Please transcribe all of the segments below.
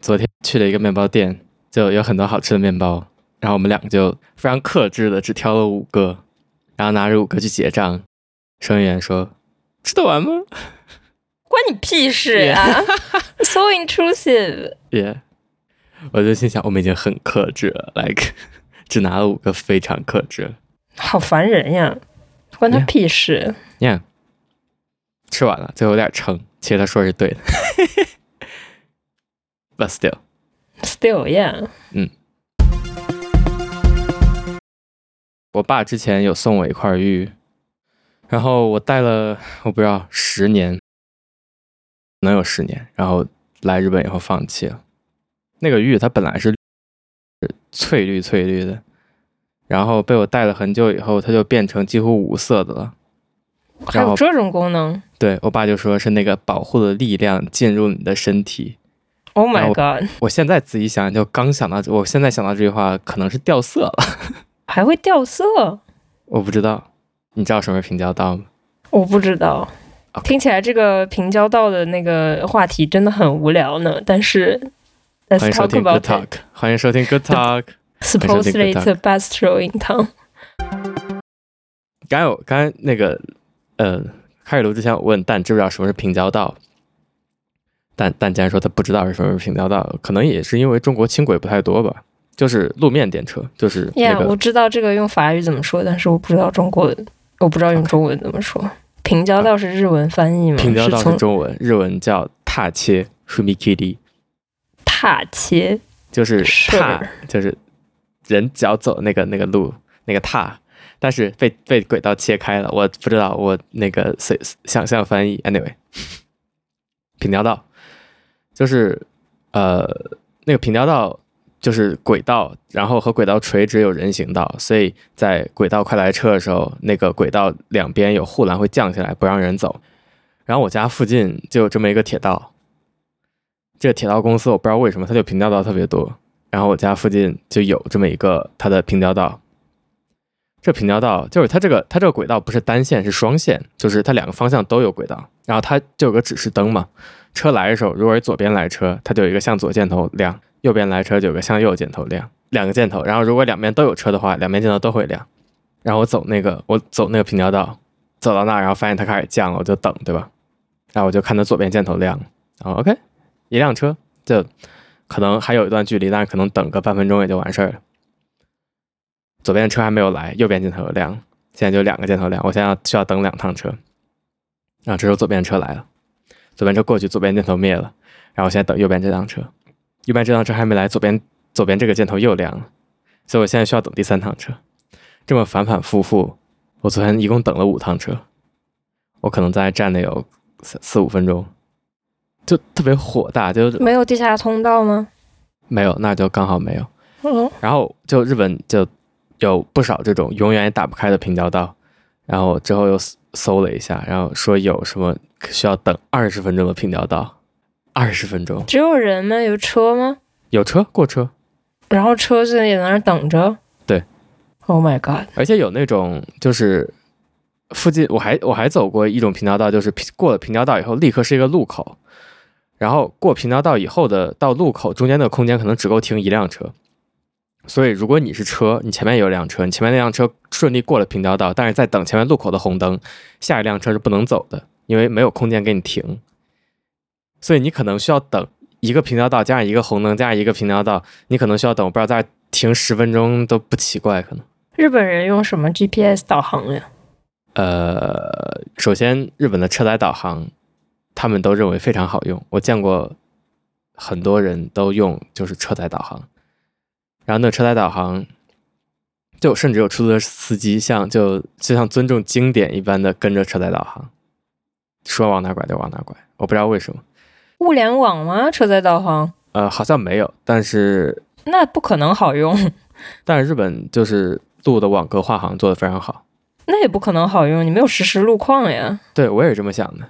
昨天去了一个面包店，就有很多好吃的面包，然后我们两个就非常克制的只挑了五个，然后拿着五个去结账，收银员说：“吃得完吗关你屁事啊 ！So intrusive，耶，我就心想，我们已经很克制了，like 只拿了五个，非常克制了好烦人呀！关他屁事。 ，yeah，吃完了，最后有点撑，其实他说是对的 ，but still。 Still yeah，嗯我爸之前有送我一块玉，然后我戴了，我不知道十年，能有十年。然后来日本以后放弃了。那个玉它本来是翠绿翠绿的，然后被我戴了很久以后，它就变成几乎无色的了。还有这种功能对我爸就说是那个保护的力量进入你的身体。 ？Oh my 然后 god，我现在仔细想想，就刚想到，我现在想到这句话可能是掉色了，还会掉色？我不知道。你知道什么是平交道吗？我不知道。 OK 听起来这个平交道的那个话题真的很无聊呢，但是欢 Let's 迎收 talk 听 Good about it. Talk，欢迎收听 Good Talk。 Supposedly Good it's the best show in town。刚才我刚才那个呃，开始录之前我问蛋知不知道什么是平交道，但但竟然说他不知道是什么是平交道，可能也是因为中国轻轨不太多吧，就是路面电车，就是那 Yeah，、个我知道这个用法语怎么说，但是我不知道中国，我不知道用中文怎么说。平交道是日文翻译吗？平交道是是从中文，日文叫踏切 （shumikiri），踏切就是是踏，就是人脚走那个那个路那个踏，但是被被轨道切开了，我不知道我那个随想象翻译，anyway，平交道就是呃那个平交道就是轨道，然后和轨道垂直有人行道，所以在轨道快来车的时候，那个轨道两边有护栏会降下来，不让人走。然后我家附近就有这么一个铁道，这个铁道公司我不知道为什么它就平交道特别多，然后我家附近就有这么一个它的平交道。这平交道就是它这个它这个轨道不是单线是双线，就是它两个方向都有轨道，然后它就有个指示灯嘛，车来的时候如果是左边来车，它就有一个向左箭头亮；右边来车就有个向右箭头亮，两个箭头。然后如果两边都有车的话，两边箭头都会亮。然后我走那个我走那个平交道，走到那儿然后发现它开始降了，我就等对吧？然后我就看它左边箭头亮了，然后 OK，一辆车，就可能还有一段距离，但是可能等个半分钟也就完事儿了。左边的车还没有来，右边箭头有亮，现在就两个箭头亮，我现在要需要等两趟车。然后这时候左边车来了，左边车过去，左边箭头灭了，然后我现在等右边这辆车，右边这辆车还没来，左边左边这个箭头又亮了，所以我现在需要等第三趟车。这么反反复复，我昨天一共等了五趟车，我可能在那站了有四四五分钟，就特别火大，就没有地下通道吗？没有，那就刚好没有。嗯，然后就日本就有不少这种永远也打不开的平交道，然后之后又搜搜了一下，然后说有什么需要等二十分钟的平交道，二十分钟只有人吗？有车吗？有车过车，然后车现在也在那儿等着。对。 Oh my god！而且有那种就是附近我还我还走过一种平交道，就是平过了平交道以后立刻是一个路口，然后过平交道以后的到路口中间的空间可能只够停一辆车。所以，如果你是车，你前面有一辆车，你前面那辆车顺利过了平交道，但是在等前面路口的红灯，下一辆车是不能走的，因为没有空间给你停。所以你可能需要等一个平交道加上一个红灯加上一个平交道，你可能需要等，我不知道在那儿停十分钟都不奇怪，可能。日本人用什么 GPS 导航呀？呃，首先，日本的车载导航，他们都认为非常好用。我见过很多人都用，就是车载导航。然后那个车载导航，就甚至有出租车司机像就就像尊重经典一般的跟着车载导航，说往哪拐就往哪拐。我不知道为什么，物联网吗？车载导航？呃，好像没有，但是那不可能好用，但是日本就是路的网格化好像做的非常好。那也不可能好用。你没有实时路况呀，对我也是这么想的。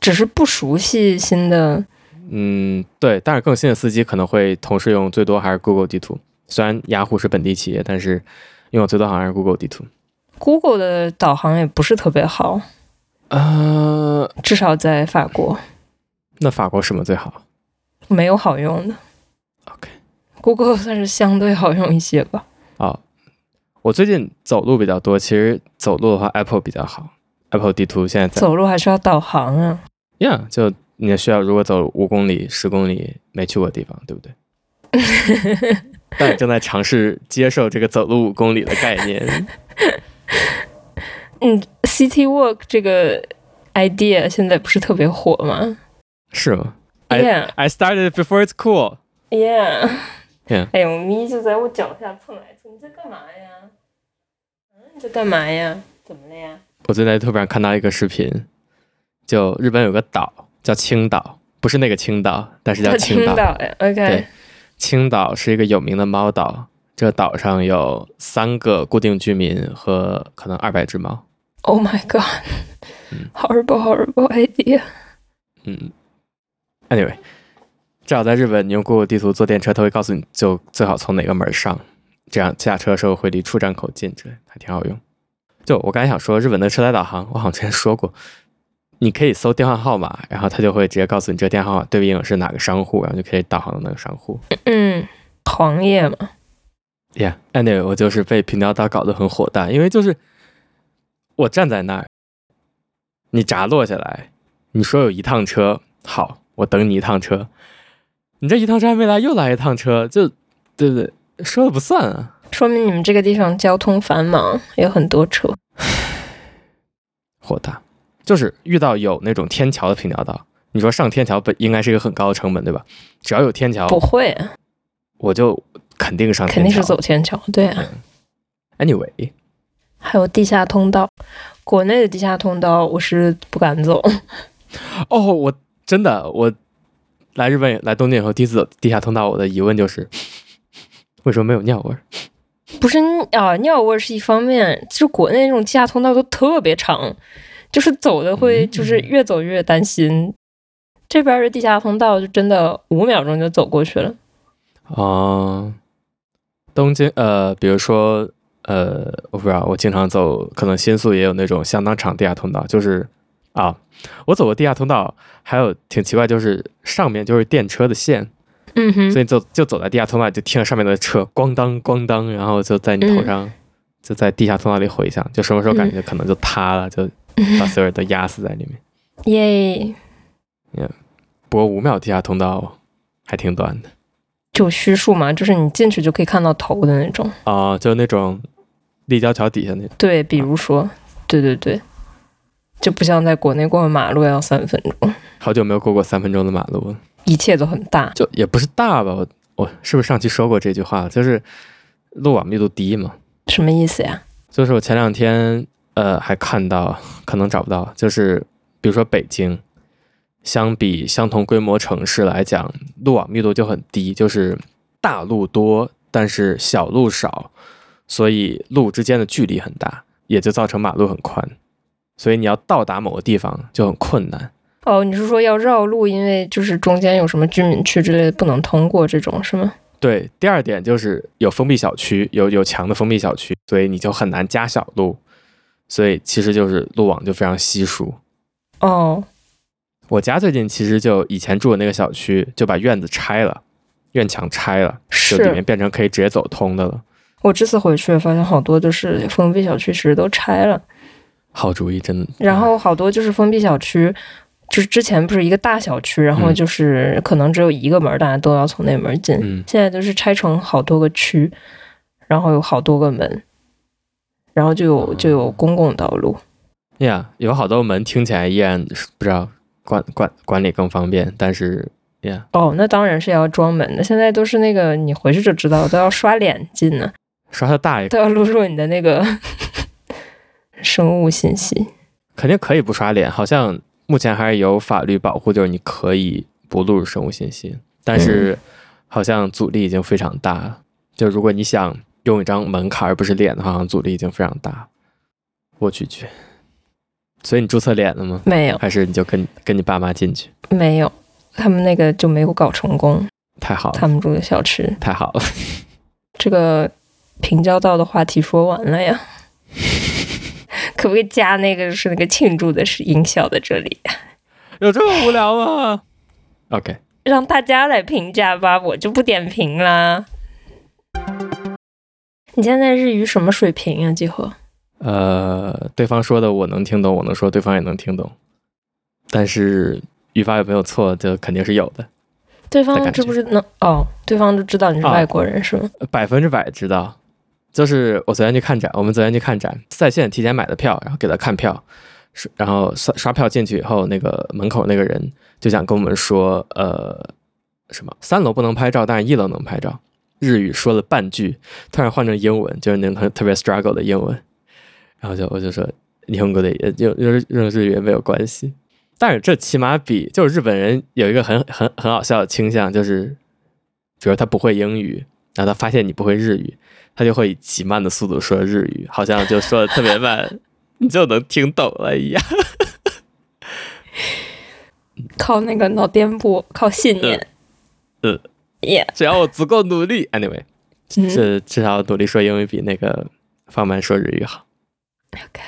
只是不熟悉新的。嗯，对，但是更新的司机可能会同时用最多还是 Google 地图。虽然雅虎是本地企业，但是用的最多好像是 Google 地图。 Google 的导航也不是特别好，呃，至少在法国那法国什么最好？没有好用的。 Google 算是相对好用一些吧。哦，我最近走路比较多，其实走路的话，Apple 比较好。Apple 地图现在在走路还需要导航啊。 ，Yeah，就你需要如果走五公里、十公里没去过的地方，对不对？但你正在尝试接受这个走路五公里的概念。嗯，City Walk 这个 idea 现在不是特别火吗是吗哎？Yeah, ？I started before it's cool。 yeah. Yeah 哎呦，咪就在我脚下蹭来蹭，你在干嘛呀？嗯，你在干嘛呀？怎么了呀？我最近在 YouTube 上看到一个视频，就日本有个岛叫青岛，不是那个青岛，但是叫在青青岛。岛呀对，OK，青岛是一个有名的猫岛，这个岛上有三个固定居民和可能二百只猫。 Oh my god！嗯 horrible horrible idea。嗯，anyway，至少在日本，你用 Google 地图坐电车，它会告诉你就最好从哪个门儿上，这样下车的时候会离出站口近之类，还挺好用。就我刚才想说，日本的车载导航，我好像之前说过，你可以搜电话号码，然后它就会直接告诉你这个电话号码对应的是哪个商户，然后就可以导航到那个商户。嗯，行业嘛， Yeah, anyway，我就是被平调岛搞得很火大，因为就是我站在那儿，你闸落下来，你说有一趟车，好，我等你一趟车，你这一趟车还没来，又来一趟车，就对不对？说了不算啊。说明你们这个地方交通繁忙，有很多车。火大，就是遇到有那种天桥的平调岛，你说上天桥本应该是一个很高的成本，对吧？只要有天桥，不会啊，我就肯定上肯天定是桥嗯走。天桥。对啊， Anyway，还有地下通道，国内的地下通道我是不敢走。哦，我真的我来日本来东京以后第一次走地下通道，我的疑问就是为什么没有尿味儿？不是啊，尿味儿是一方面，就是国内那种地下通道都特别长，就是走的会嗯就是越走越担心。这边儿的地下通道就真的五秒钟就走过去了。哦，东京呃，比如说呃，我不知道，我经常走，可能新宿也有那种相当长地下通道，就是啊，我走过地下通道，还有挺奇怪，就是上面就是电车的线，嗯哼所，以就就走在地下通道，就听着上面的车咣当咣当，然后就在你头上，就在地下通道里回响，就什么时候感觉可能就塌了，就把所有人都压死在里面。嗯耶，不过五秒地下通道还挺短的就虚数嘛，就是你进去就可以看到头的那种。啊、就那种立交桥底下那种。对，比如说，对对对，就不像在国内过马路要三分钟，好久没有过过三分钟的马路了，一切都很大。就也不是大吧？我我是不是上期说过这句话了？就是路网密度低嘛。什么意思呀？就是我前两天呃还看到，可能找不到，就是比如说北京，相比相同规模城市来讲，路网密度就很低，就是大路多，但是小路少，所以路之间的距离很大，也就造成马路很宽，所以你要到达某个地方就很困难。哦，你是说要绕路，因为就是中间有什么居民区之类的不能通过这种是吗？对，第二点就是有封闭小区，有有强的封闭小区，所以你就很难加小路，所以其实就是路网就非常稀疏。哦，我家最近其实就以前住的那个小区，就把院子拆了，院墙拆了，就里面是变成可以直接走通的了。我这次回去发现好多就是封闭小区其实都拆了，好主意，真的。然后好多就是封闭小区。就是之前不是一个大小区，然后嗯就是可能只有一个门儿，大家都要从那门儿进。嗯，现在都是拆成好多个区，然后有好多个门，然后嗯就有就有公共道路。哎呀、有好多门听起来依然是不知道管管管理更方便，但是哎呀哦，那当然是要装门的。现在都是那个你回去就知道，都要刷脸进呢，刷它大爷都要录入你的那个生物信息。肯定可以不刷脸，好像目前还是有法律保护，就是你可以不录入生物信息，但嗯是好像阻力已经非常大了。就如果你想用一张门卡而不是脸的话，好像阻力已经非常大。我拒绝。所以你注册脸了吗？没有，还是你就跟跟你爸妈进去？没有，他们那个就没有搞成功，太好了，他们住的小区。太好了。 这个平交道的话题说完了呀。 可不可以加那个就是那个庆祝的是音效在这里，有这么无聊吗？OK，让大家来评价吧，我就不点评啦。你现在日语什么水平啊？几乎呃，对方说的我能听懂，我能说对方也能听懂，但是语法有没有错，就肯定是有的，对大概方知这不知能哦？对方都知道你是啊外国人、是吗？呃百分之百知道。就是我昨天去看展，我们昨天去看展，在线提前买的票，然后给他看票，是然后刷刷票进去以后，那个门口那个人就想跟我们说，呃，什么三楼不能拍照，但是一楼能拍照。日语说了半句，突然换成英文，就是那种特特别 struggle 的英文，然后就我就说，你呃用过的也用用用日语也没有关系，但是这起码比就是日本人有一个很很很好笑的倾向，就是比如他不会英语，然后他发现你不会日语，他就会以极慢的速度说日语，好像就说的特别慢， 你就能听懂了一样。靠那个脑电波，靠信念。嗯嗯耶、只要我足够努力，anyway，嗯这至少努力说英语比那个放慢说日语好。嗯 OK。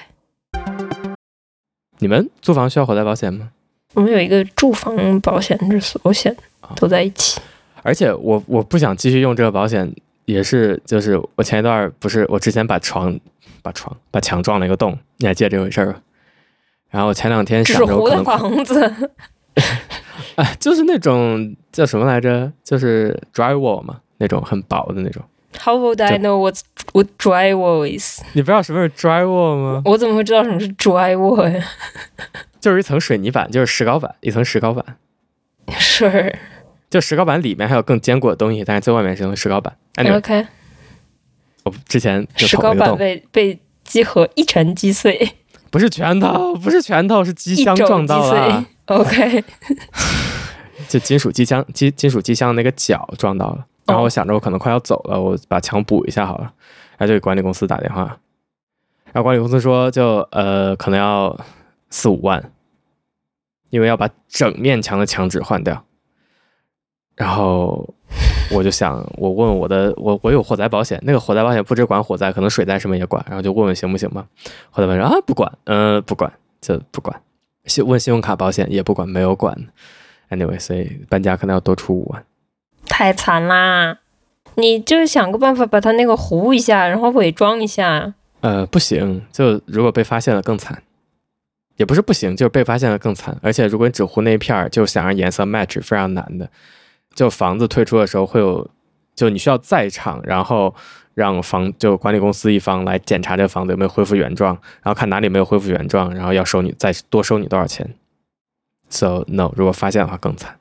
你们租房需要火灾保险吗？我们有一个住房保险，这所有险啊都在一起。而且我我不想继续用这个保险，也是就是我前一段儿不是我之前把床把床把墙撞了一个洞，你还记得这回事儿吧？然后我前两天纸想着糊我可的能房子， 哎，就是那种叫什么来着？就是 drywall 嘛，那种很薄的那种。 How would I 这 know what what drywall is？你不知道什么是 drywall 吗？我怎么会知道什么是 哎 drywall 呀？就是一层水泥板，就是石膏板，一层石膏板。是就石膏板里面还有更坚固的东西，但是最外面是用石膏板。anyway， OK，我之前就哎石捅了膏一个板洞，被被击合一沉击碎，不是拳头，不是拳头，是机一箱肘撞击到碎了，。啊 OK，就金属机箱金金属机箱那个角撞到了。然后我想着我可能快要走了，我把墙补一下好了，然后就给管理公司打电话，然后管理公司说就呃可能要四五万，因为要把整面墙的墙纸换掉。然后我就想，我问我的我我有火灾保险，那个火灾保险不只管火灾，可能水灾什么也管，然后就问问行不行吧。火灾保险说啊不管，嗯、不管就不管，信问信用卡保险也不管，没有管。Anyway，所以搬家可能要多出五万。 太惨啦！你就是想个办法把它那个糊一下，然后伪装一下。呃，不行，就如果被发现了更惨，也不是不行，就是被发现了更惨。而且如果你只糊那一片儿，就想让颜色 match 非常难的。就房子退出的时候会有，就你需要在场，然后让房就管理公司一方来检查这个房子有没有恢复原状，然后看哪里没有恢复原状，然后要收你再多收你多少钱。So no，如果发现的话更惨。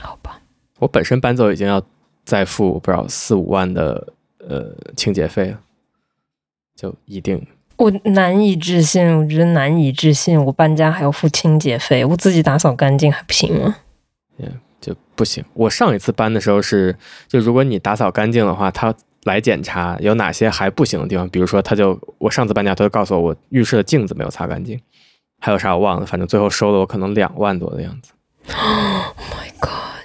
好吧，我本身搬走已经要再付不知道四五万的呃清洁费了，就一定我难以置信，我觉得难以置信，我搬家还要付清洁费，我自己打扫干净还不行吗？就不行。我上一次搬的时候是，就如果你打扫干净的话，他来检查有哪些还不行的地方，比如说他就我上次搬家，他就告诉我我浴室的镜子没有擦干净，还有啥我忘了，反正最后收了我可能两万多的样子。Oh My God，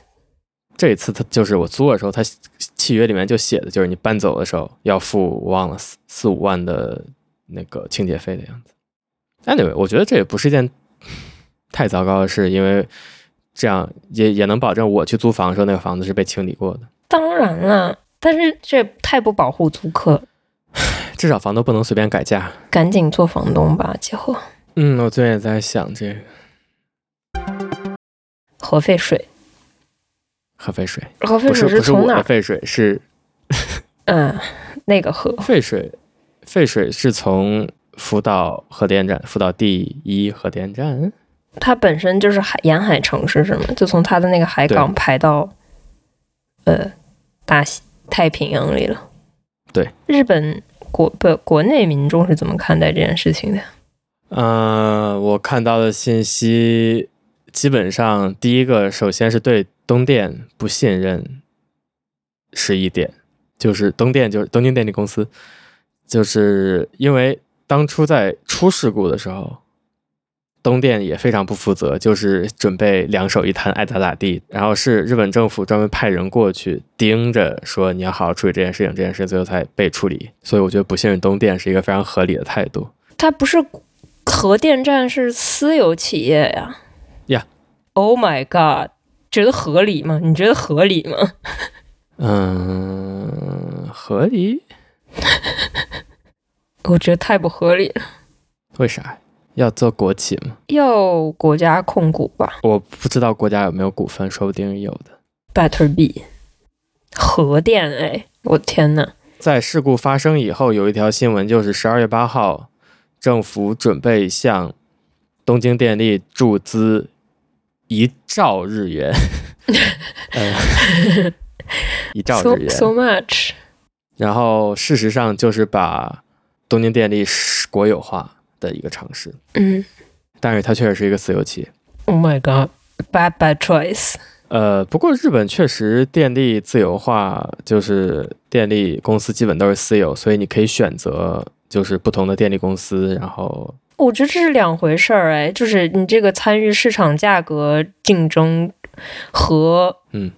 这一次他就是我租的时候，他契约里面就写的就是你搬走的时候要付我忘了四四五万的那个清洁费的样子。Anyway，我觉得这也不是一件太糟糕的事，因为这样也也能保证我去租房的时候那个房子是被清理过的，当然了，但是这也太不保护租客，至少房东不能随便改价。赶紧做房东吧，结果嗯，我最近也在想这个核废水，核废水，核废不是水不是从我哪的儿？废水，是嗯，那个核，废水，废水是从福岛核电站，福岛第一核电站。它本身就是海沿海城市是吗？就从它的那个海港排到呃大西太平洋里了。对，日本国不国内民众是怎么看待这件事情的？呃，我看到的信息基本上第一个，首先是对东电不信任，是一点，就是东电就是东京电力公司，就是因为当初在出事故的时候，东电也非常不负责，就是准备两手一摊，爱咋咋地。然后是日本政府专门派人过去盯着，说你要好好处理这件事情，这件事最后才被处理。所以我觉得不信任东电是一个非常合理的态度。它不是核电站是私有企业呀、呀 Oh my god！觉得合理吗？你觉得合理吗？嗯，合理。我觉得太不合理了。为啥要做国企吗？要国家控股吧我不知道国家有没有股份，说不定有的。 ，Better be，核电哎，我天呐，在事故发生以后，有一条新闻就是十二月八号，政府准备向东京电力注资一兆日元，呃， 一兆 so 日 so 元。 much，然后事实上就是把东京电力国有化的一个尝试，嗯但是它确实是一个私有企业。 ，Oh my God，bad bad choice，呃，不过日本确实电力自由化，就是电力公司基本都是私有，所以你可以选择就是不同的电力公司，然后我觉得这是两回事儿哎，就是你这个参与市场价格竞争和嗯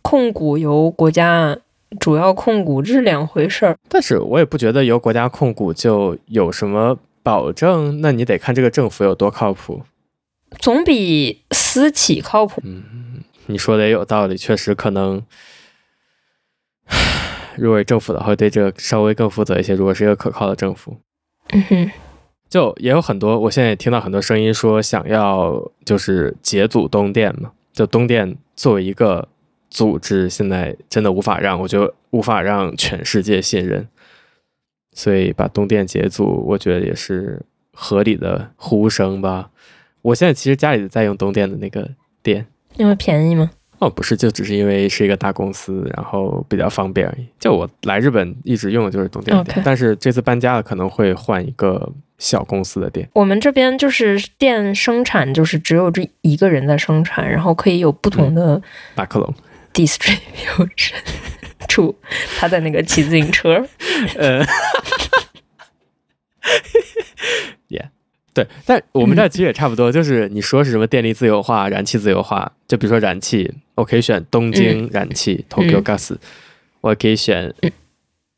控股由国家主要控股，这是两回事儿。但是我也不觉得由国家控股就有什么保证，那你得看这个政府有多靠谱。总比私企靠谱。你说的也有道理，确实可能，如果是政府的话，会对这个稍微更负责一些。如果是一个可靠的政府，嗯哼，就也有很多，我现在也听到很多声音说想要就是解组东电嘛，就东电作为一个组织，现在真的无法让我觉得无法让全世界信任，所以把东电解组，我觉得也是合理的呼声吧。我现在其实家里在用东电的那个电，因为便宜嘛。哦，不是，就只是因为是一个大公司，然后比较方便而已。就我来日本一直用的就是东电的电 OK 但是这次搬家了可能会换一个小公司的电。我们这边就是电生产，就是只有这一个人在生产，然后可以有不同的马克龙， distribution 处。他在那个骑自行车，呃 ，yeah，对，但我们这儿其实也差不多，就是你说是什么电力自由化、燃气自由化，就比如说燃气，我可以选东京燃气、Tokyo Gas，我可以选，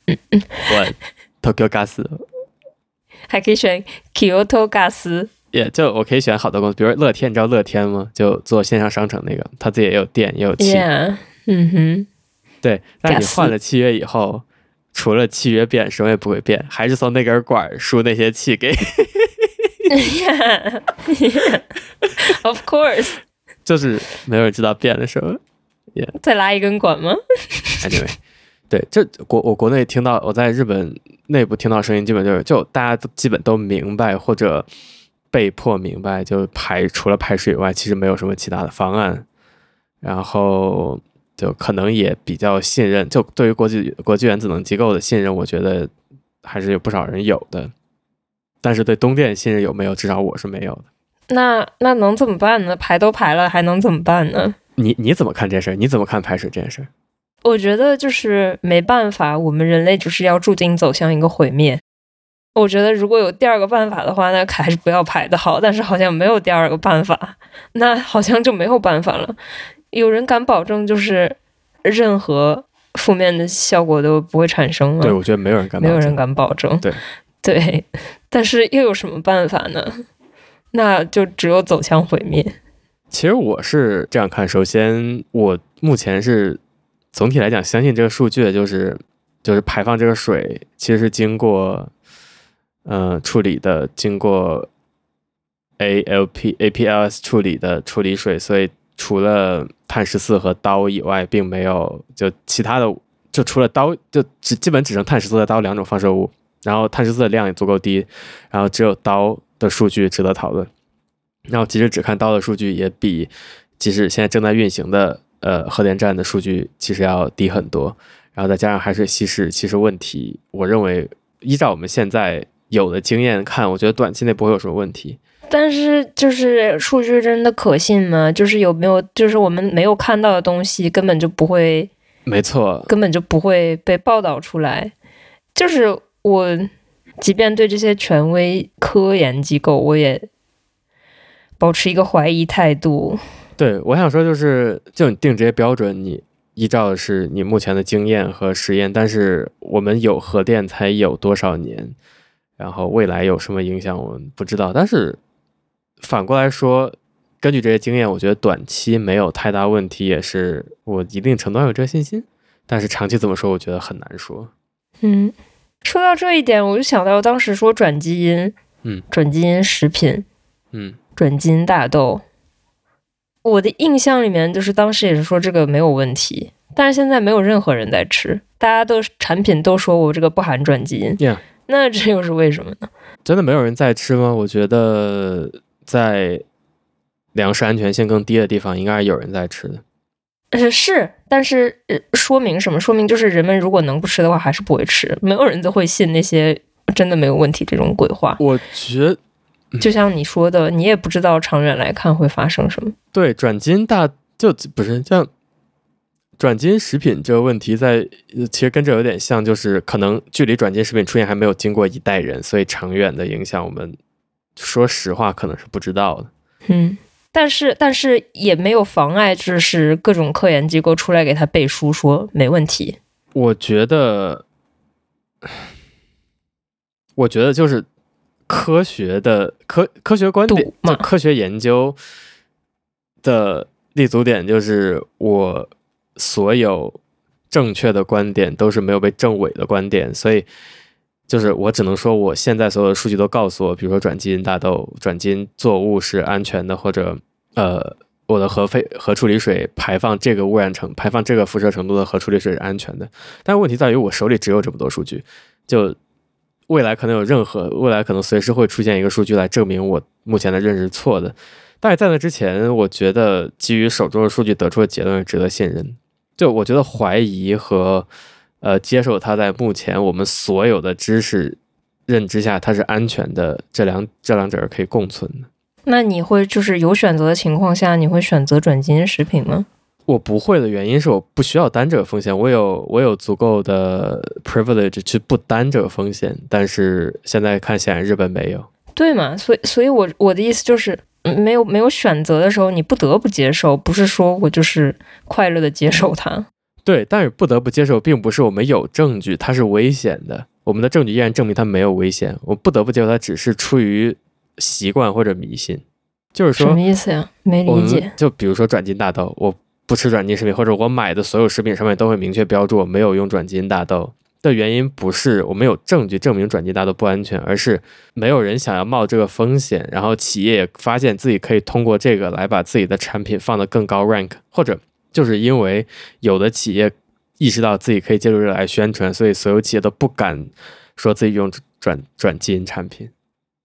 我 Tokyo Gas，还可以选 Kyoto Gas。也、就我可以选好的公司，比如说乐天，你知道乐天吗？就做线上商城那个，他自己也有电也有气， Yeah，嗯哼，对，但你 Gas 换了契约以后。除了契约变，什么也不会变，还是从那根管儿输那些气给 yeah, of course。就是没有人知道变了什么。再拉一根管吗？ Anyway，对，这国我国内听到我在日本内部听到声音，基本就是就大家都基本都明白或者被迫明白，就排除了排水以外，其实没有什么其他的方案。然后就可能也比较信任，就对于国际国际原子能机构的信任，我觉得还是有不少人有的。但是对东电信任有没有？至少我是没有的。那那能怎么办呢？排都排了，还能怎么办呢？你你怎么看这事儿？你怎么看排水这件事儿？我觉得就是没办法，我们人类就是要注定走向一个毁灭。我觉得如果有第二个办法的话，那还是不要排的好。但是好像没有第二个办法，那好像就没有办法了。有人敢保证就是任何负面的效果都不会产生吗？对，我觉得没有人敢没有保证人敢保证。对对， 但是又有什么办法呢？那就只有走向毁灭。其实我是这样看，首先我目前是总体来讲相信这个数据，就是就是排放这个水其实是经过呃处理的，经过 ALP APLS 处理的处理水，所以除了碳十四和氘以外，并没有就其他的，就除了氘就只基本只剩碳十四和氘两种放射物，然后碳十四的量也足够低，然后只有氘的数据值得讨论。然后即使只看到的数据，也比即使现在正在运行的呃核电站的数据其实要低很多。然后再加上海水稀释，其实问题，我认为依照我们现在有的经验看，我觉得短期内不会有什么问题。但是就是数据真的可信吗？就是有没有就是我们没有看到的东西，根本就不会没错，根本就不会被报道出来。就是我，即便对这些权威科研机构，我也保持一个怀疑态度。对我想说就是，就你定这些标准，你依照的是你目前的经验和实验，但是我们有核电才有多少年，然后未来有什么影响我们不知道。但是反过来说，根据这些经验，我觉得短期没有太大问题，也是我一定程度上有这个信心。但是长期怎么说，我觉得很难说。嗯，说到这一点，我就想到当时说转基因，嗯，转基因食品，嗯转基因大豆。我的印象里面就是当时也是说这个没有问题，但是现在没有任何人在吃，大家都产品都说我这个不含转基因 Yeah 那这又是为什么呢？真的没有人在吃吗？我觉得在粮食安全性更低的地方，应该是有人在吃的。呃，是，但是、呃、说明什么？说明就是人们如果能不吃的话，还是不会吃，没有人都会信那些真的没有问题这种鬼话。我觉就像你说的，你也不知道长远来看会发生什么。对转基因大就不是像转基因食品这个问题在，呃其实跟这有点像，就是可能距离转基因食品出现还没有经过一代人，所以长远的影响我们说实话可能是不知道的。嗯，但是但是也没有妨碍，就是各种科研机构出来给他背书说没问题。我觉得，我觉得就是科学的科科学观点赌，嘛就科学研究的立足点就是我所有正确的观点都是没有被证伪的观点，所以就是我只能说我现在所有的数据都告诉我，比如说转基因大豆、转基因作物是安全的，或者呃。我的核废核处理水排放这个污染程排放这个辐射程度的核处理水是安全的，但问题在于我手里只有这么多数据，就未来可能有任何未来可能随时会出现一个数据来证明我目前的认识是错的。但是在那之前，我觉得基于手中的数据得出的结论是值得信任。就我觉得怀疑和呃接受它在目前我们所有的知识认知下它是安全的，这两这两者是可以共存的。那你会就是有选择的情况下，你会选择转基因食品吗？我不会的原因是我不需要担这个风险，我有我有足够的 privilege 去不担这个风险，但是现在看显然日本没有。对嘛？所以所以我我的意思就是。嗯没有没有选择的时候，你不得不接受，不是说我就是快乐的接受它。对，但是不得不接受，并不是我们有证据它是危险的，我们的证据依然证明它没有危险，我不得不接受它只是出于习惯或者迷信，就是什说么意思呀？没我理们解。就比如说转基因大豆，我不吃转基因食品，或者我买的所有食品上面都会明确标注我没有用转基因大豆的原因，不是我没有证据证明转基因大豆不安全，而是没有人想要冒这个风险，然后企业也发现自己可以通过这个来把自己的产品放得更高 rank，或者就是因为有的企业意识到自己可以借助这个来宣传，所以所有企业都不敢说自己用转转基因产品，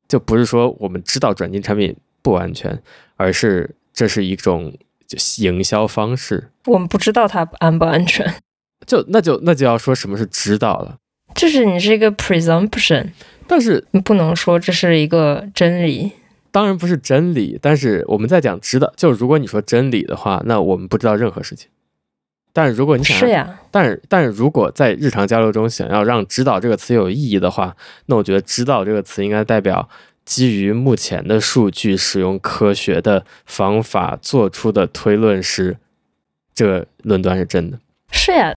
就不是说我们知道转基因产品不安全，而是这是一种就是营销方式。我们不知道它安不安全，就那就那就要说什么是知道了，就是你是一个 presumption，但是你不能说这是一个真理。当然不是真理。但是我们在讲知道，就如果你说真理的话，那我们不知道任何事情。但如果你想让是呀，但是，但是如果在日常交流中想要让“指导”这个词有意义的话，那我觉得“指导”这个词应该代表基于目前的数据，使用科学的方法做出的推论是这个论断是真的。是呀，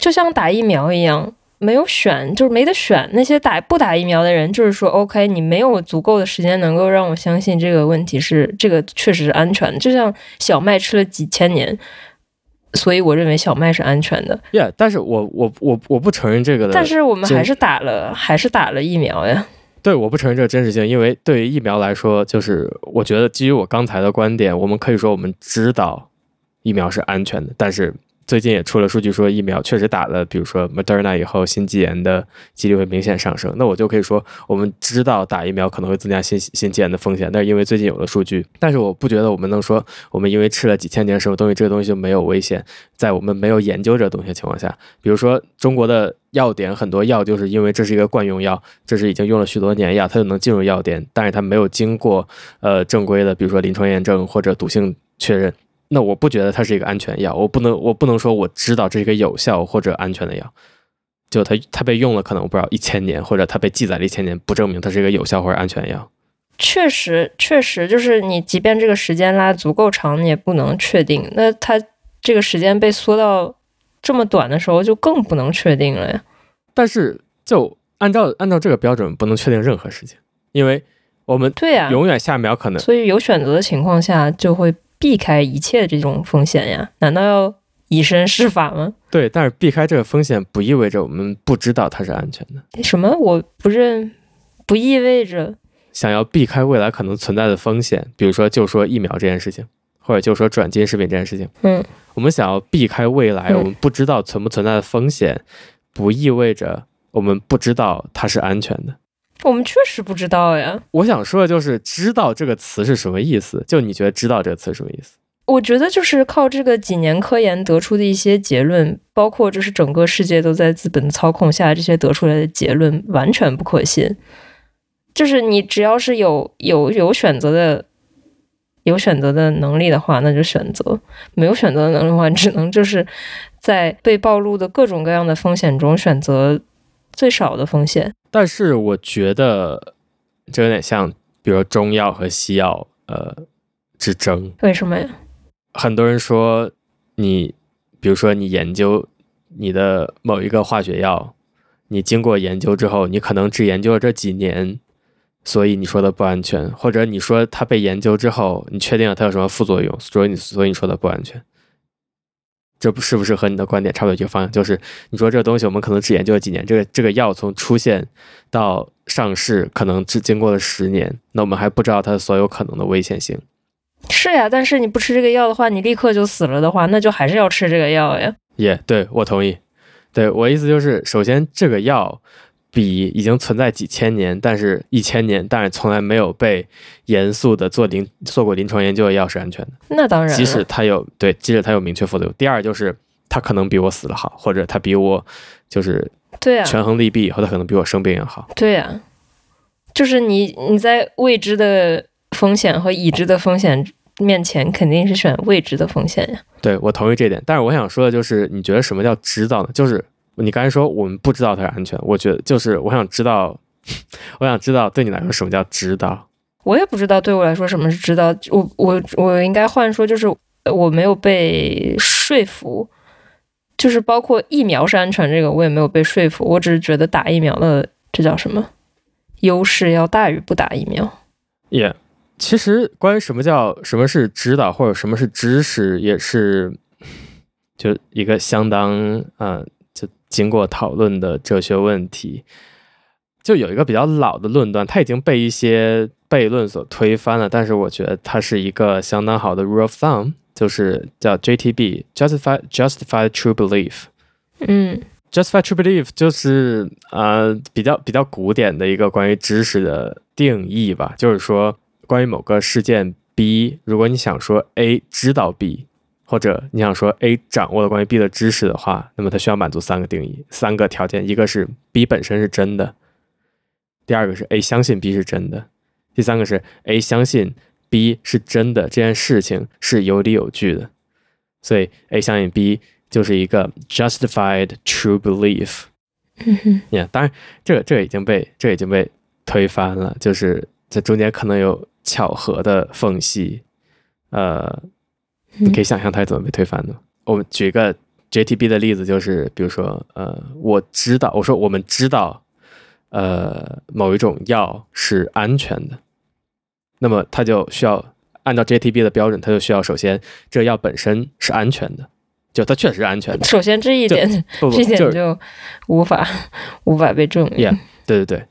就像打疫苗一样，没有选，就是没得选。那些打不打疫苗的人，就是说，OK，你没有足够的时间能够让我相信这个问题是这个确实是安全的。就像小麦吃了几千年，所以我认为小麦是安全的。 Yeah，但是我我我我不承认这个的，但是我们这还是打了，还是打了疫苗呀。对我不承认这个真实性，因为对于疫苗来说，就是我觉得基于我刚才的观点，我们可以说我们知道疫苗是安全的，但是最近也出了数据说疫苗确实打了，比如说 Moderna 以后，心肌炎的几率会明显上升。那我就可以说，我们知道打疫苗可能会增加心心肌炎的风险，但是因为最近有了数据，但是我不觉得我们能说我们因为吃了几千年什么东西，这个东西就没有危险。在我们没有研究这个东西的情况下，比如说中国的药典很多药就是因为这是一个惯用药，这是已经用了许多年药，它就能进入药典，但是它没有经过呃正规的，比如说临床验证或者毒性确认。那我不觉得它是一个安全药，我不能我不能说我知道这是一个有效或者安全的药，就它它被用了可能我不知道一千年，或者它被记载了一千年，不证明它是一个有效或者安全的药。确实，确实，就是你即便这个时间拉足够长，你也不能确定。那它这个时间被缩到这么短的时候，就更不能确定了呀。但是就按照按照这个标准，不能确定任何事情，因为我们对呀、永远下一秒可能所以有选择的情况下，就会避开一切这种风险呀。难道要以身试法吗？对，但是避开这个风险不意味着我们不知道它是安全的。什么？我不认，不意味着想要避开未来可能存在的风险，比如说就说疫苗这件事情，或者就说转基因食品这件事情，嗯，我们想要避开未来嗯我们不知道存不存在的风险，不意味着我们不知道它是安全的。我们确实不知道呀。我想说的就是“知道”这个词是什么意思？就你觉得“知道”这个词是什么意思？我觉得就是靠这个几年科研得出的一些结论，包括就是整个世界都在资本操控下这些得出来的结论，完全不可信。就是你只要是有有有选择的。有选择的能力的话，那就选择；没有选择的能力的话，只能就是在被暴露的各种各样的风险中选择最少的风险。但是我觉得这有点像，比如中药和西药呃之争。为什么呀？很多人说你，比如说你研究你的某一个化学药，你经过研究之后，你可能只研究了这几年，所以你说的不安全，或者你说它被研究之后，你确定了它有什么副作用，所以你所以你说的不安全。这不是不是和你的观点差不多一个方向？就是你说这个东西我们可能只研究了几年，这个这个药从出现到上市可能只经过了十年，那我们还不知道它所有可能的危险性。是呀，但是你不吃这个药的话，你立刻就死了的话，那就还是要吃这个药呀。也、对我同意。对我意思就是，首先这个药比已经存在几千年，但是一千年，但是从来没有被严肃的做临做过临床研究的药是安全的，那当然了，即使它有对，即使它有明确副作用。第二就是它可能比我死了好，或者它比我就是对呀、啊权衡利弊以后，它可能比我生病也好。对呀、就是你你在未知的风险和已知的风险面前，肯定是选未知的风险呀。对我同意这一点，但是我想说的就是，你觉得什么叫知道呢？就是你刚才说我们不知道它是安全，我觉得就是我想知道， 我想知道对你来说什么叫知道。我也不知道对我来说什么是知道，我我我应该换说就是呃我没有被说服，就是包括疫苗是安全这个我也没有被说服，我只是觉得打疫苗的这叫什么优势要大于不打疫苗。也、其实关于什么叫什么是指导或者什么是知识，也是就一个相当呃，就经过讨论的哲学问题。就有一个比较老的论断，它已经被一些悖论所推翻了，但是我觉得它是一个相当好的 rule of thumb，就是叫 JTB（justify justify true belief）。嗯 Justify True Belief 就是呃比较比较古典的一个关于知识的定义吧，就是说关于某个事件 B，如果你想说 A 知道 B，或者你想说 A 掌握了关于 B 的知识的话，那么它需要满足三个定义、三个条件，一个是 B 本身是真的，第二个是 A 相信 B 是真的，第三个是 A 相信 B 是真的这件事情是有理有据的，所以 A 相信 B 就是一个 justified true belief。嗯哼。 yeah,，当然，这个这个已经被这个已经被推翻了，就是这中间可能有巧合的缝隙。呃，你可以想象它是怎么被推翻的。我们举一个 JTB 的例子，就是比如说，呃，我知道，我说我们知道，呃，某一种药是安全的，那么它就需要按照 JTB 的标准，它就需要首先这药本身是安全的，就它确实是安全的，首先这一点，不不，这一就是点就无法无法被证明。 Yeah 对对对。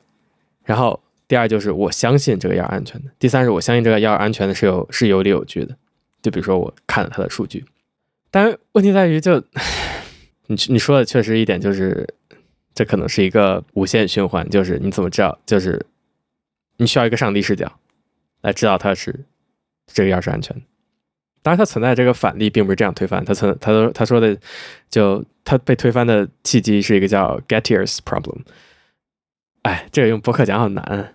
然后第二就是我相信这个药是安全的，第三是我相信这个药是安全的是有是有理有据的。就比如说我看了它的数据，但是问题在于就， 你你说的确实一点就是，这可能是一个无限循环，就是你怎么知道？就是你需要一个上帝视角来知道它是这个药是安全的。当然，它存在这个反例并不是这样推翻，它存它说它说的就它被推翻的契机是一个叫 Gettier's problem。哎，这个用博客讲好难啊，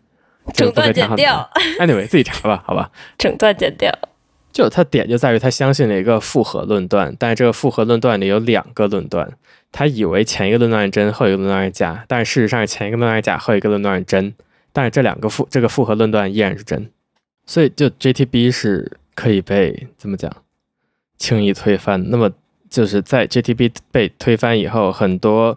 这整个博客段讲剪好难掉。， Anyway，自己查吧，好吧。整段剪掉。就他点就在于他相信了一个复合论断，但是这个复合论断里有两个论断，他以为前一个论断是真，后一个论断是假，但是事实上是前一个论断是假，后一个论断是真，但是这两个复这个复合论断依然是真，所以就 JTB 是可以被怎么讲轻易推翻。那么就是在 JTB 被推翻以后，很多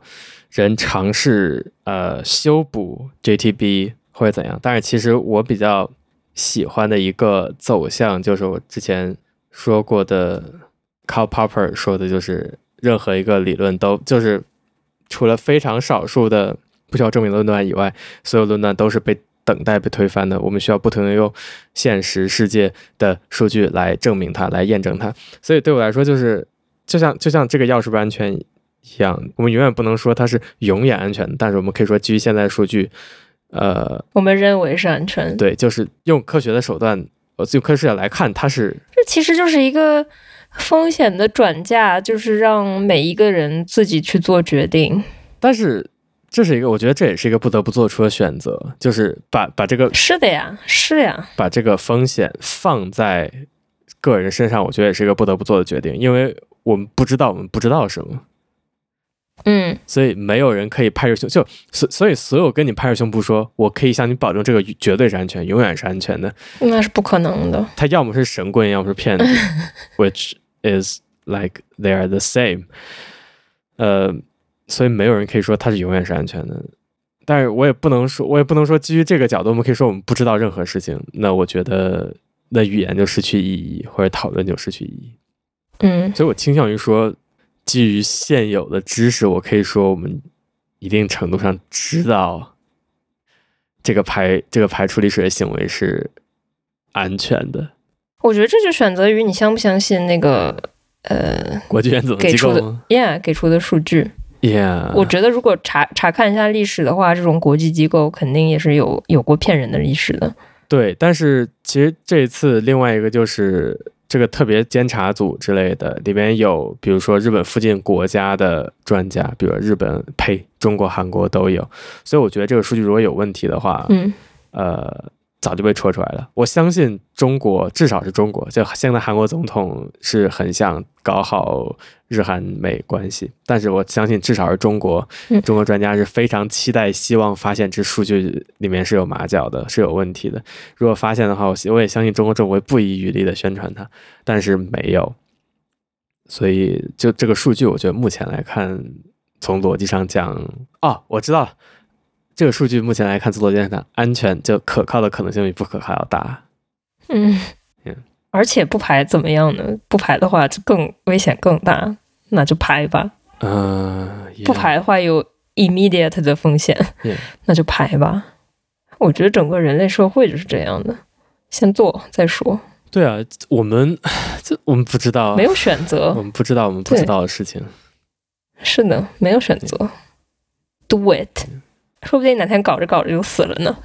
人尝试呃修补 JTB 或者怎样，但是其实我比较喜欢的一个走向，就是我之前说过的 Karl Popper 说的就是，任何一个理论都就是除了非常少数的不需要证明的论断以外，所有论断都是被等待被推翻的。我们需要不停的用现实世界的数据来证明它，来验证它。所以对我来说，就是就像就像这个钥匙不安全一样，我们永远不能说它是永远安全的，但是我们可以说基于现在的数据，呃，我们认为是安全。对，就是用科学的手段，呃，用科学视角来看，它是这其实就是一个风险的转嫁，就是让每一个人自己去做决定。但是这是一个，我觉得这也是一个不得不做出的选择，就是把把这个是的呀，是呀，把这个风险放在个人身上，我觉得也是一个不得不做的决定，因为我们不知道我们不知道什么，嗯，所以没有人可以拍着胸就所所以所有跟你拍着胸脯说我可以向你保证这个绝对是安全，永远是安全的，那是不可能的。他要么是神棍，要么是骗子，which is like they are the same。呃，所以没有人可以说它是永远是安全的。但是我也不能说，我也不能说基于这个角度，我们可以说我们不知道任何事情。那我觉得，那语言就失去意义，或者讨论就失去意义。嗯，所以我倾向于说，基于现有的知识，我可以说我们一定程度上知道这个排这个排处理水的行为是安全的。我觉得这就选择于你相不相信那个呃国际原子能给机出构的吗，yeah 给出的数据。 ？Yeah，我觉得如果查查看一下历史的话，这种国际机构肯定也是有有过骗人的历史的。对，但是其实这一次另外一个就是这个特别监察组之类的，里面有比如说日本附近国家的专家，比如日本、呸，中国、韩国都有，所以我觉得这个数据如果有问题的话，嗯，呃，早就被戳出来了。我相信中国，至少是中国，就现在韩国总统是很想搞好日韩美关系，但是我相信至少是中国嗯，中国专家是非常期待，希望发现这数据里面是有马脚的，是有问题的。如果发现的话，我希我也相信中国政府会不遗余力的宣传它，但是没有。所以，就这个数据，我觉得目前来看，从逻辑上讲，哦，我知道了，这个数据目前来看，自作电上安全就可靠的可能性比不可靠要大。嗯 Yeah，而且不排怎么样呢？不排的话就更危险更大，那就排吧。嗯、也不排的话有 immediate 的风险 Yeah 那就排吧。我觉得整个人类社会就是这样的，先做再说，对啊，我们这我们不知道啊，没有 选我择。们不知道我们不知对道的事情。是的，没有选择。Do it，说不定哪天搞着搞着就死了呢，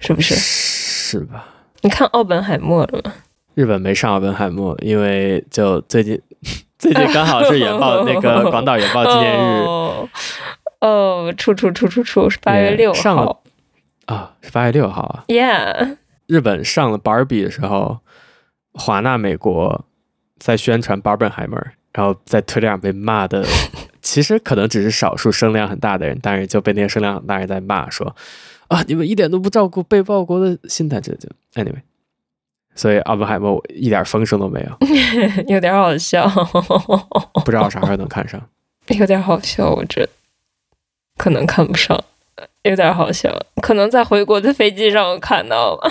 是不是？是吧？你看奥本海默了吗？日本没上奥本海默，因为就最近 最近刚好是原爆那个广岛原爆啊纪念日 哦，哦，出出出出出是八月 Yeah，六上了号啊，是八月六号啊。 ，Yeah。日本上了 Barbie 的时候，华纳美国在宣传 Barbenheimer，然后在推特上被骂 的，其实可能只是少数声量很大的人，但是就被那些声量很大人在骂说啊，你们一点都不照顾被爆国的心态，这就 anyway。所以奥本海默一点风声都没 有，有点好笑，不知道啥时候能看上。有点好笑，我觉得可能看不上，有点好笑，可能在回国的飞机上看到吧。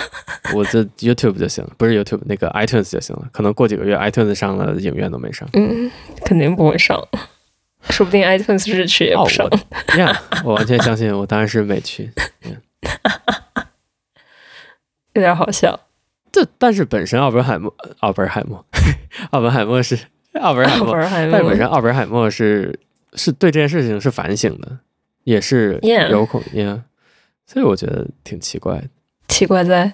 我这 YouTube 就行了，不是 YouTube 那个 iTunes 就行了。可能过几个月 iTunes 上了，影院都没上。嗯，肯定不会上，说不定 iTunes 日区也哦不上。，我呀，我完全相信，我当然是美区。有点好笑，这但是本身奥本海默，奥本海默，奥本海默是奥本海不默，嗯是还但是本身奥本海默是是对这件事情是反省的，也是 Yeah 有恐惧啊，所以我觉得挺奇怪的，奇怪在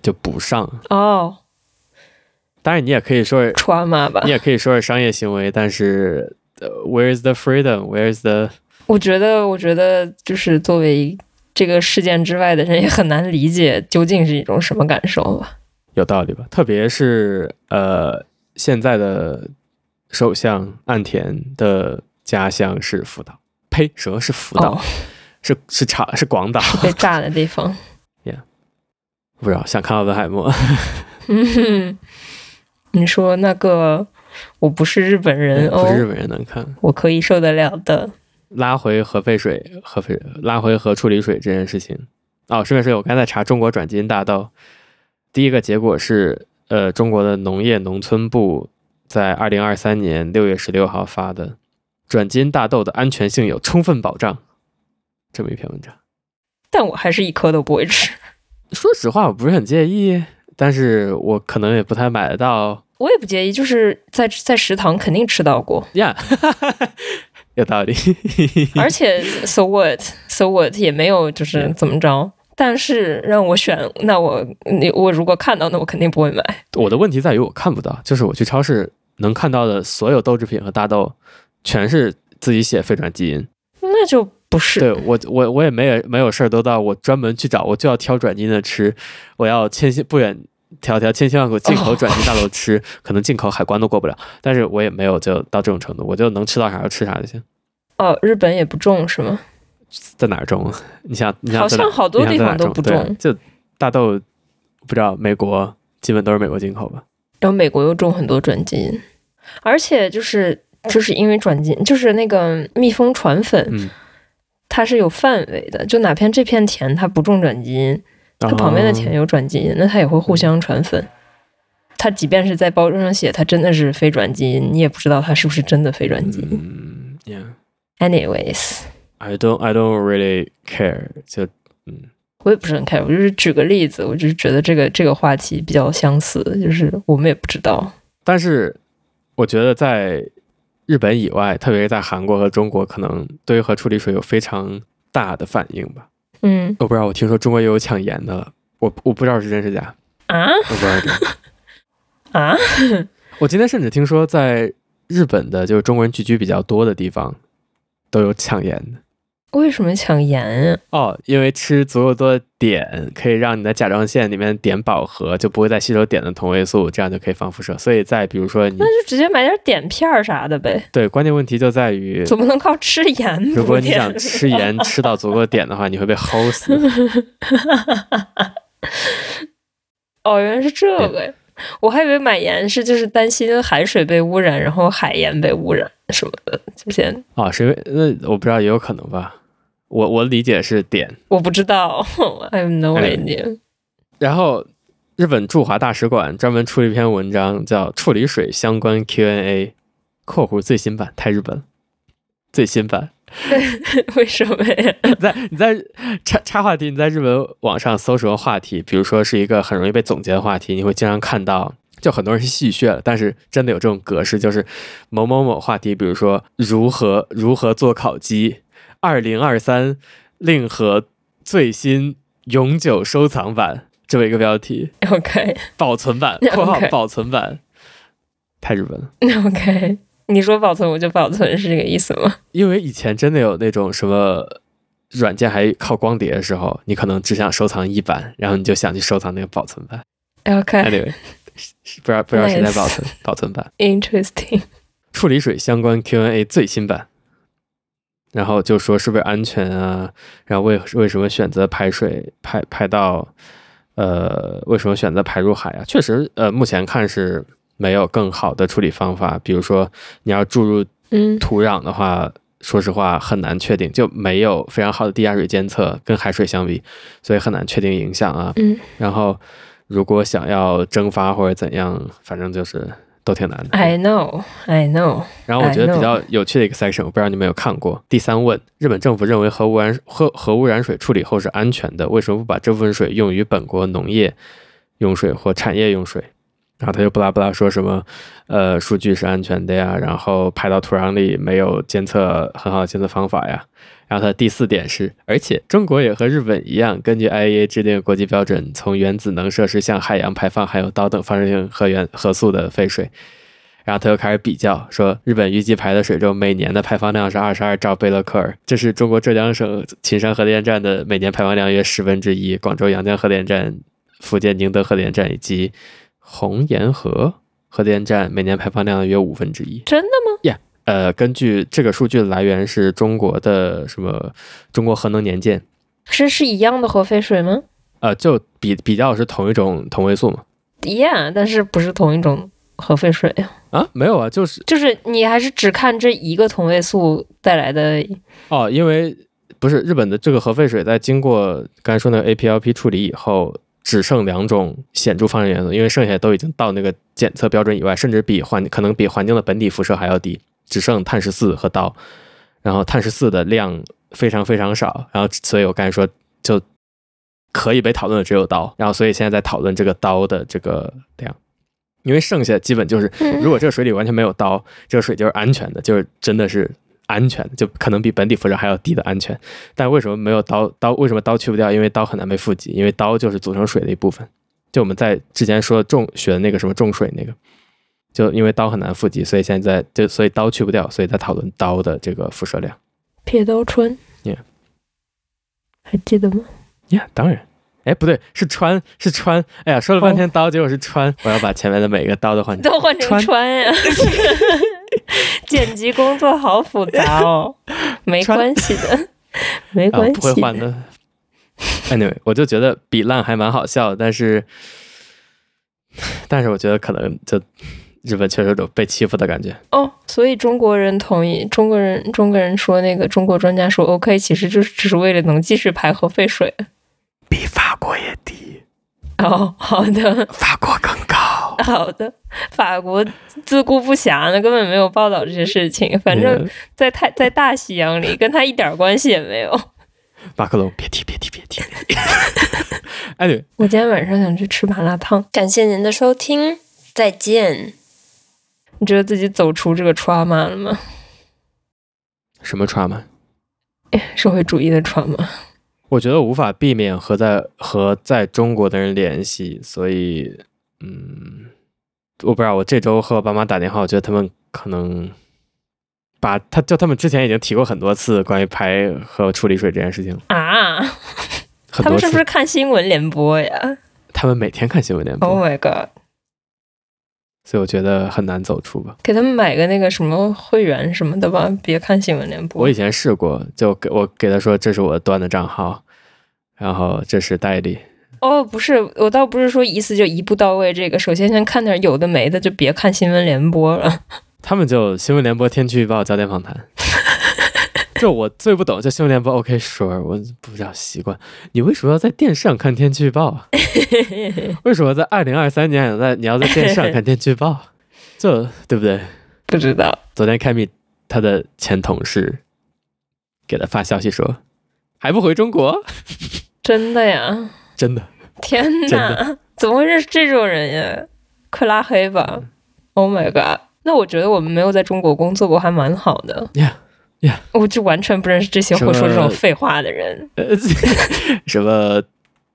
就不上。哦，当然你也可以说，川妈吧你。也可以说是商业行为，但是、呃 Where's the freedom? Where's the 我觉得，我觉得就是作为这个事件之外的人，也很难理解究竟是一种什么感受吧。有道理吧？特别是呃，现在的首相岸田的家乡是福岛，呸，什么是福岛？哦，是是长是广岛，被炸的地方。 不知道想看奥本海默，嗯哼，你说那个我不是日 本人不是日哦，本人能看。我可以受得了的。拉回核废水，核废拉回核处理水这件事情，哦，顺便说，我刚才查中国转基因大盗，第一个结果是，呃，中国的农业农村部在二零二三年六月十六号发的《转基因大豆的安全性有充分保障》这么一篇文章。但我还是一颗都不会吃，说实话，我不是很介意，但是我可能也不太买得到，我也不介意，就是在在食堂肯定吃到过 呀。有道理，而且 so what so what 也没有就是怎么着。但是让我选，那我你我如果看到，那我肯定不会买。我的问题在于我看不到，就是我去超市能看到的所有豆制品和大豆，全是自己写非转基因。那就不是。对我，我我也没有没有事儿都到我专门去找，我就要挑转基因的吃，我要千辛不远迢迢千辛万苦进哦口转基因大 豆吃，可能进口海关都过不了，但是我也没有就到这种程度，我就能吃到啥就吃啥就行，哦，日本也不种是吗？在哪儿种啊？你想，你想好在哪像好多你地想在哪方儿都不对啊种，就大豆不知道美国基本都是美国进口嗯吧？然后美国又种很多转基因，而且就是就是因为转基因，就是那个蜜蜂传粉，嗯它是有范围的，就哪片这片田它不种转基因，它旁边的田啊有转基因，那它也会互相传粉。它即便是在包装上写它真的是非转基因，你也不知道它是不是真的非转基因。嗯，Yeah，I Anyways， don't I don't really care，就嗯。我也不是很 care，我就是举个例子，我就是觉得这个这个话题比较相似，就是我们也不知道。但是我觉得在日本以外，特别是在韩国和中国，可能对于核处理水有非常大的反应吧。嗯我不知道，我听说中国也有抢盐的了，我我不知道是真是假，啊我不知道是真。啊，我今天甚至听说，在日本的就是中国人聚居比较多的地方，都有抢盐的。为什么抢盐啊？哦，因为吃足够多的碘，可以让你的甲状腺里面碘饱和，就不会再吸收碘的同位素，这样就可以防辐射。所以在比如说你那就直接买点碘片儿啥的呗，对关键问题就在于总不能靠吃盐 如补果你碘想吃盐吃到足够点的话，你会被齁死。 哦，原来是这个呀！我还以为买盐是就是担心海水被污染，然后海盐被污染什么的，之前哦，是因为那我不知道，也有可能吧。我我理解是点。我不知道 ，I have no 哎 idea。 然后日本驻华大使馆专门出了一篇文章，叫《处理水相关 Q&A》（括弧最新版，太日本了，最新版）。为什么呀？你在你在插插话题，你在日本网上搜什么话题，比如说是一个很容易被总结的话题，你会经常看到，就很多人是戏谑了，但是真的有这种格式，就是某某某话题，比如说如何如何做烤鸡，二零二三令和最新永久收藏版这么一个标题， OK 保存版（括号 OK 保存版），太日本了。 OK，你说保存我就保存，是这个意思吗？因为以前真的有那种什么软件还靠光碟的时候，你可能只想收藏一版，然后你就想去收藏那个保存版。 OK，interesting、 Anyway，是不知道不知道谁在保存保存版 Interesting 处理水相关 Q&A 最新版，然后就说是不是安全啊，然后为为什么选择排水排排到呃为什么选择排入海啊？确实，呃，目前看是没有更好的处理方法，比如说你要注入嗯土壤的话，说实话很难确定，就没有非常好的地下水监测，跟海水相比，所以很难确定影响啊。嗯然后如果想要蒸发或者怎样，反正就是都挺难的。 ，I know I know，然后我觉得 I know 比较有趣的一个 section，我不知道你们有看过。第三问：日本政府认为核污染核核污染水处理后是安全的，为什么不把这部分水用于本国农业用水或产业用水？然后他就不拉不拉说什么，呃，数据是安全的呀，然后排到土壤里没有监测很好的监测方法呀。然后他的第四点是，而且中国也和日本一样，根据 IAEA 制定的国际标准，从原子能设施向海洋排放含有高等放射性核元核素的废水。然后他又开始比较，说日本预计排的水中每年的排放量是二十二兆贝勒克尔，这是中国浙江省秦山核电站的每年排放量约十分之一，广州阳江核电站、福建宁德核电站以及红岩河核电站每年排放量的约五分之一。真的吗？呃，根据这个数据的来源是中国的什么中国核能年鉴，是是一样的核废水吗呃，就比比较是同一种同位素嘛？ ？Yeah，但是不是同一种核废水呀？啊，没有啊，就是就是你还是只看这一个同位素带来的，哦，因为不是日本的这个核废水在经过刚才说那个 APLP 处理以后，只剩两种显著放射元素，因为剩下都已经到那个检测标准以外，甚至比环可能比环境的本体辐射还要低，只剩碳十四和氘。然后碳十四的量非常非常少，然后所以我刚才说就可以被讨论的只有氘，然后所以现在在讨论这个氘的这个量，因为剩下基本就是嗯如果这个水里完全没有氘，这个水就是安全的，就是真的是安全的，就可能比本地辐射还要低的安全。但为什么没有刀刀？为什么刀去不掉？因为刀很难被富集，因为刀就是组成水的一部分。就我们在之前说重学的那个什么重水那个，就因为刀很难富集，所以现在就所以刀去不掉，所以在讨论刀的这个辐射量。撇刀川 Yeah 还记得吗？呀、当然。哎，不对，是川，是川。哎呀，说了半天刀，结果是川。我要把前面的每个刀都换 成。都换成川 川呀、剪辑工作好复杂 哦，没川关系的，没啊，关不会系的。换的。Anyway，我就觉得比烂还蛮好笑的，但是，但是我觉得可能就日本确实有种被欺负的感觉。哦，所以中国人同意，中国人中国人说那个中国专家说 OK，其实就是只是为了能继续排核废水。比法国也低，哦，好 的，法国更高。好的。法国自顾不暇呢，根本没有报道这些事情。反正嗯在太在大西洋里，跟他一点关系也没有。马克龙，别提，别提，别 提。 别提 Anyway，我今天晚上想去吃麻辣烫。感谢您的收听，再见。你觉得自己走出这个 trauma 了吗？ 什么 trauma？社会主义的 trauma。我觉得无法避免和在和在中国的人联系，所以，嗯，我不知道。我这周和我爸妈打电话，我觉得他们可能把他就他们之前已经提过很多次关于排和处理水这件事情了，啊，很他多们次。是不是看新闻联播呀他们每天看新闻联播， ？Oh my god！所以我觉得很难走出吧。给他们买个那个什么会员什么的吧，别看新闻联播。我以前试过，就给我给他说这是我端的账号，然后这是代理，哦，不是，我倒不是说一次就一步到位。这个首先先看点有的没的，就别看新闻联播了。 他们就新闻联播、天气预报、焦点访谈。这我最不懂，就新闻联播 OK sure，我不知道习惯。你为什么要在电视上看天气预报啊？为什么在二零二三年还在你要在电视上看天气预报？这对不对？不知道，昨天凯米他的前同事给他发消息说还不回中国，真的呀？真的 天真哪，怎么会是这种人呀？快拉黑吧！Oh 嗯 my god！那我觉得我们没有在中国工作过，还蛮好的。 Yeah, yeah 我就完全不认识这些什会么说这种废话的人。 呃，什么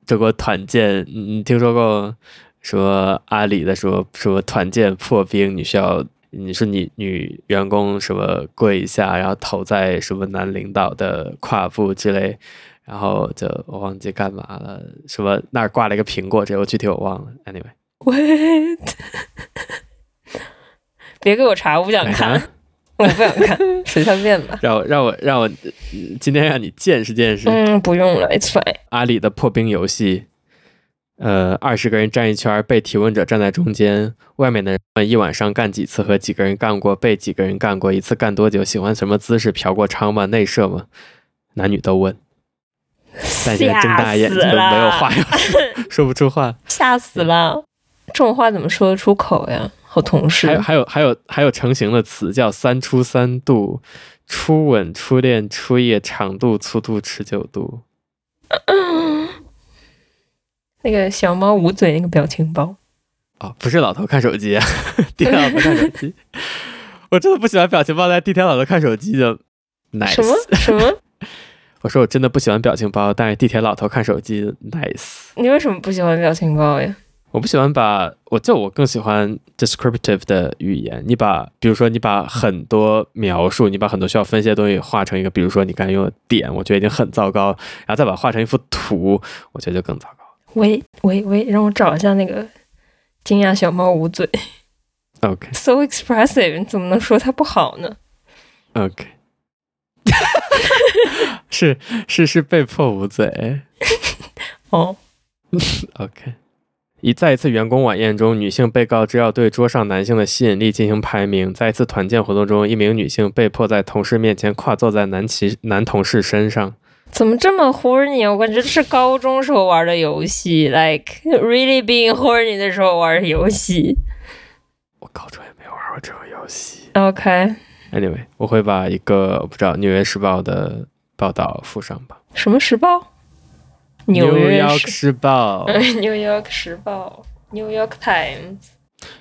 中国团建，你你听说过什么阿里的什么什么团建破冰？你需要你说你女员工什么跪一下，然后投在什么男领导的胯部之类，然后就我忘记干嘛了，什么那儿挂了一个苹果，这我具体我忘了。Anyway， Wait，别给我查，我不想干看，啥？我不想 看，随他便吧。让我让我让我今天让你见识见识。嗯，不用了，It's fine。阿里的破冰游戏，呃，二十个人站一圈儿，被提问者站在中间，外面的人问一晚上干几次，和几个人干过，被几个人干过，一次干多久，喜欢什么姿势，嫖过娼吗，内射吗，男女都问。但是睁大眼睛吓死了没有话要说， 说不出 话。吓死了！这种话怎么说得出口呀？好同还有事，啊还有还有还有成型的词叫三出三度，初吻、初恋、初夜、长度、粗度、持久度。 那个小猫捂嘴那个表情包，哦，不是老头看手机、啊，地铁老头看手机。 我真的不喜欢表情包在地铁老头看手机的。nice，什么什 么？我说我真的不喜欢表情包，但是地铁老头看手机 nice。你为什么不喜欢表情包呀？我不喜欢把我就我更喜欢 descriptive 的语言。你把比如说你把很多描述，你把很多需要分析的东西画成一个，比如说你刚才用的点，我觉得已经很糟糕，然后再把它画成一幅图，我觉得就更糟糕。喂喂喂，让我找一下那个惊讶小猫捂嘴 OK ，so expressive，你怎么能说它不好呢？ OK，是是是被迫捂嘴。哦， OK，一在一次员工晚宴中，女性被告知要对桌上男性的吸引力进行排名。在一次团建活动中，一名女性被迫在同事面前跨坐在男其男同事身上。怎么这么 horny？啊我感觉这是高中时候玩的游戏，like really being horny 的时候玩的游戏。我高中也没玩过这种游戏。 OK， Anyway，我会把一个我不知道《纽约时报》的报道附上吧。什么时报？纽约时时 嗯报 New York 时报，New York Times。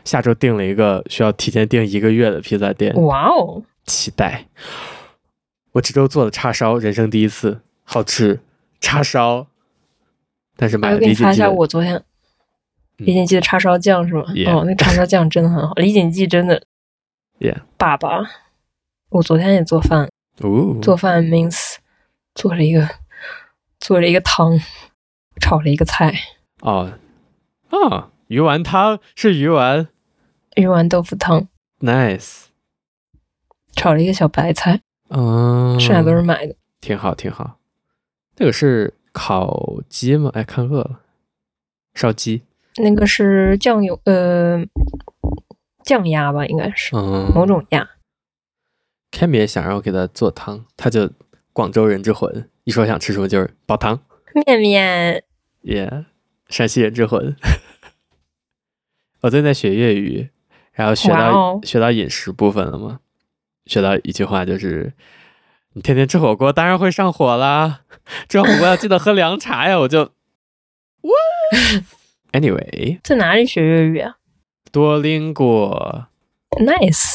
下周订了一个需要提前订一个月的披萨店，哇哦，期待。我这周做的叉烧，人生第一次，好吃，叉烧。但是买我了给你李锦查一记下，的，我昨天嗯李锦记的叉烧酱是吗？ Yeah 哦，那叉烧酱真的很好，李锦记真的 Yeah 爸爸。我昨天也做饭，哦，做饭 means 做了一个做了一个汤，炒了一个菜，哦啊，鱼丸汤是鱼丸鱼丸豆腐汤， ，nice，炒了一个小白菜，嗯，剩下都是买的。挺好，挺好。那个是烤鸡吗？哎，看饿了，烧鸡。那个是酱油，呃，酱鸭吧，应该是嗯，某种鸭。 Cammy 也想让我给他做汤，他就广州人之魂，一说想吃什么就是煲汤，面面也、yeah, 陕西人之魂。我最近在学粤语，然后学到、哇哦学到饮食部分了吗？学到一句话就是：“你天天吃火锅，当然会上火啦。吃完火锅要记得喝凉茶呀。”我就，what anyway，在哪里学粤语啊多邻国。 ？Nice，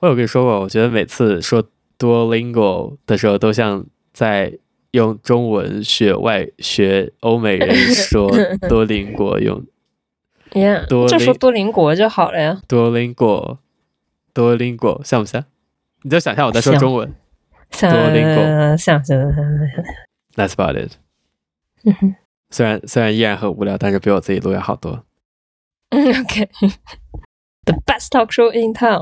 我有跟你说过，我觉得每次说 Duolingo 的时候，都像在用中文学外学欧美人说 Duolingo，用耶、多 yeah,，就说邻多邻国就好了呀。 Duolingo，Duolingo 像不像？你就想象我在说像中文像多邻国像像像 像，That's about it。嗯哼虽然虽然依然很无聊，但是比我自己录要好多。 嗯，OK，The best talk show in town。